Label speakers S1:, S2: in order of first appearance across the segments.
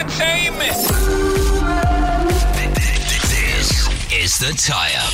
S1: entertainment.
S2: This is the tie up.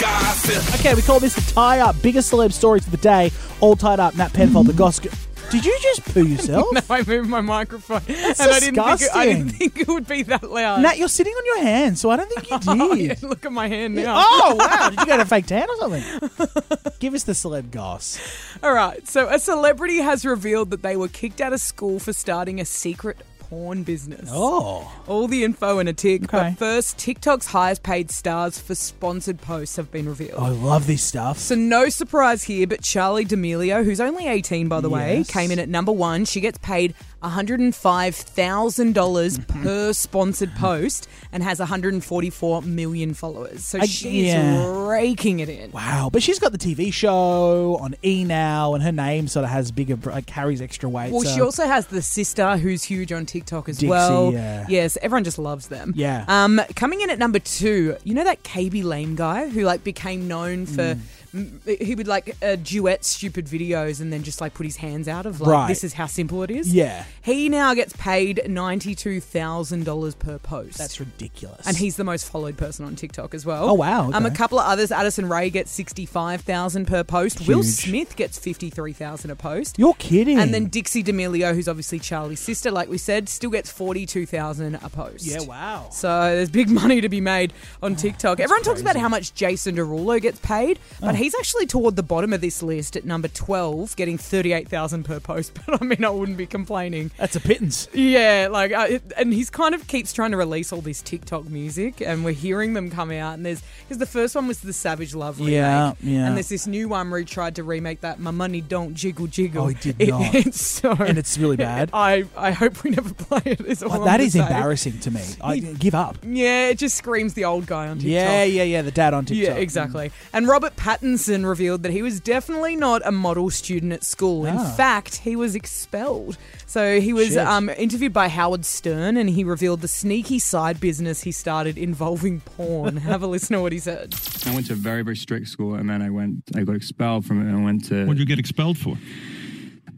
S1: Gossip.
S3: Okay, we call this the tie up. Biggest celeb stories of the day, all tied up. Nat Penfold, the gossip. Did you just poo yourself?
S4: I moved my microphone, and I didn't, think it, I didn't
S3: disgusting.
S4: think it would be that loud.
S3: Nat, you're sitting on your hand, so I don't think
S4: Oh,
S3: you
S4: yeah,
S3: did.
S4: look at my hand now.
S3: Oh, wow. Did you go to fake tan or something? Give us the celeb goss.
S4: All right, so a celebrity has revealed that they were kicked out of school for starting a secret porn business.
S3: Oh.
S4: All the info in a tick,
S3: Okay.
S4: but first, TikTok's highest paid stars for sponsored posts have been revealed.
S3: Oh, I love this stuff.
S4: So no surprise here, but Charlie D'Amelio, who's only 18 by the way,
S3: Yes.
S4: came in at number one. She gets paid $105,000 per sponsored post and has 144 million followers. So
S3: I-
S4: she's
S3: yeah.
S4: raking it in.
S3: Wow. But she's got the TV show on E now, and her name sort of has bigger, like, carries extra weight.
S4: Well,
S3: so-
S4: she also has the sister who's huge on TikTok as
S3: Dixie,
S4: well.
S3: yeah.
S4: Yes, everyone just loves them.
S3: Yeah.
S4: Um, coming in at number two, you know that KB Lame guy who like became known for
S3: Mm.
S4: m he would like uh, duet stupid videos and then just like put his hands out of like
S3: Right.
S4: this is how simple it is.
S3: Yeah.
S4: He now gets paid ninety two thousand dollars per post.
S3: That's ridiculous.
S4: And he's the most followed person on TikTok as well.
S3: Oh, wow,
S4: Um, a
S3: okay.
S4: couple of others. Addison Ray gets sixty five thousand per post. Will
S3: Huge.
S4: Smith gets fifty three thousand a post.
S3: You're kidding.
S4: And then Dixie D'Amelio, who's obviously Charlie's sister, like we said, still gets forty-two thousand a post.
S3: Yeah, wow. Oh,
S4: So there's big money to be made on TikTok. Everyone talks about how much Jason Derulo gets paid,
S3: Oh.
S4: but he's actually toward the bottom of this list at number twelve, getting thirty-eight thousand per post. But I mean, I wouldn't be complaining.
S3: That's a pittance.
S4: Yeah, like, uh, it, and he's kind of keeps trying to release all this TikTok music, and we're hearing them come out. And there's because the first one was the Savage Love remake,
S3: Yeah, yeah.
S4: and there's this new one where he tried to remake that My Money Don't Jiggle Jiggle.
S3: Oh, he did not.
S4: It's so,
S3: And it's really bad.
S4: I I hope we never play it. Is all
S3: Like,
S4: I'm
S3: that
S4: gonna
S3: is
S4: say.
S3: embarrassing to me. I give up.
S4: Yeah, it just screams the old guy on TikTok.
S3: Yeah, yeah, yeah. The dad on TikTok.
S4: Yeah, exactly. And Robert Pattinson revealed that he was definitely not a model student at school. In
S3: Ah.
S4: fact, he was expelled. So he was
S3: Shit.
S4: um, interviewed by Howard Stern and he revealed the sneaky side business he started involving porn. Have a listen to what he said.
S5: I went to a very, very strict school, and then I went, I got expelled from it, and I went to.
S6: What'd you get expelled for?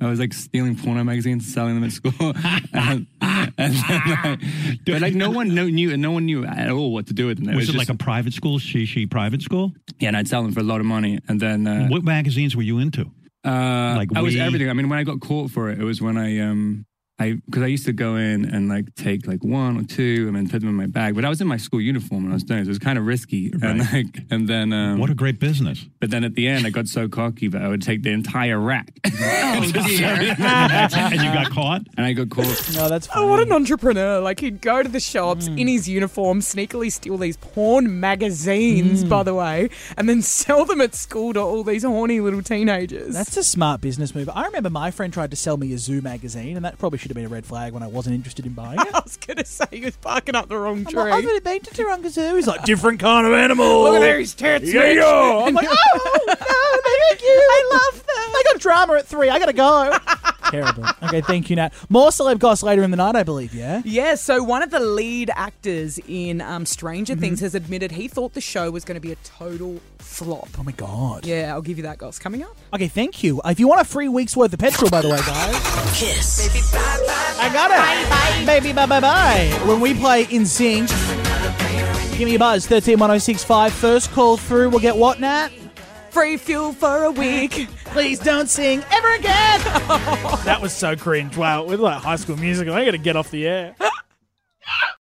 S5: I was like stealing porno magazines and selling them at school, and, and then, like, but like no one no, knew, and no one knew at all what to do with them.
S6: Was it like a private school, shishi private school?
S5: yeah? And I'd sell them for a lot of money, and then uh,
S6: What magazines were you into?
S5: uh,
S6: Like
S5: I was
S6: we-
S5: everything. I mean, when I got caught for it, it was when I um I because I used to go in and like take like one or two and then put them in my bag. But I was in my school uniform when I was doing it. So it was kind of risky, and
S6: Right.
S5: like and then um,
S6: What a great business.
S5: But then at the end, I got so cocky that I would take the entire rack. Oh,
S6: and you got caught?
S5: and I got caught.
S3: No, Mm. that's.
S4: Oh, what
S3: funny.
S4: an entrepreneur. Like, he'd go to the shops
S3: Hmm.
S4: in his uniform, sneakily steal these porn magazines,
S3: Hmm.
S4: by the way, and then sell them at school to all these horny little teenagers.
S3: That's a smart business move. I remember my friend tried to sell me a zoo magazine, and that probably should have been a red flag when I wasn't interested in buying it.
S4: I was going to say he was parking up the wrong
S3: I'm
S4: tree.
S3: like, "Oh, I've never been to Taronga Zoo. He's like, different kind of animal.
S4: Look at there, his tits.
S3: Yeah,
S4: Mitch.
S3: yeah. I'm like, oh, no, thank you. I love them. I got drama at three. I got to go. Terrible. Okay, thank you, Nat. More celeb goss later in the night, I believe, yeah?
S4: Yeah, so one of the lead actors in um, Stranger Things has admitted he thought the show was going to be a total flop.
S3: Oh, my God.
S4: Yeah, I'll give you that, Goss. Coming up.
S3: Okay, thank you. Uh, If you want a free week's worth of petrol, by the way, guys.
S2: Kiss.
S3: I got it. Baby, bye bye bye. When we play in sync, give me a buzz 131065. First call through, we'll get what, Nat?
S4: Free fuel for a week.
S3: Please don't sing ever again. that was so cringe. Wow, we're like high school musical. I gotta get off the air.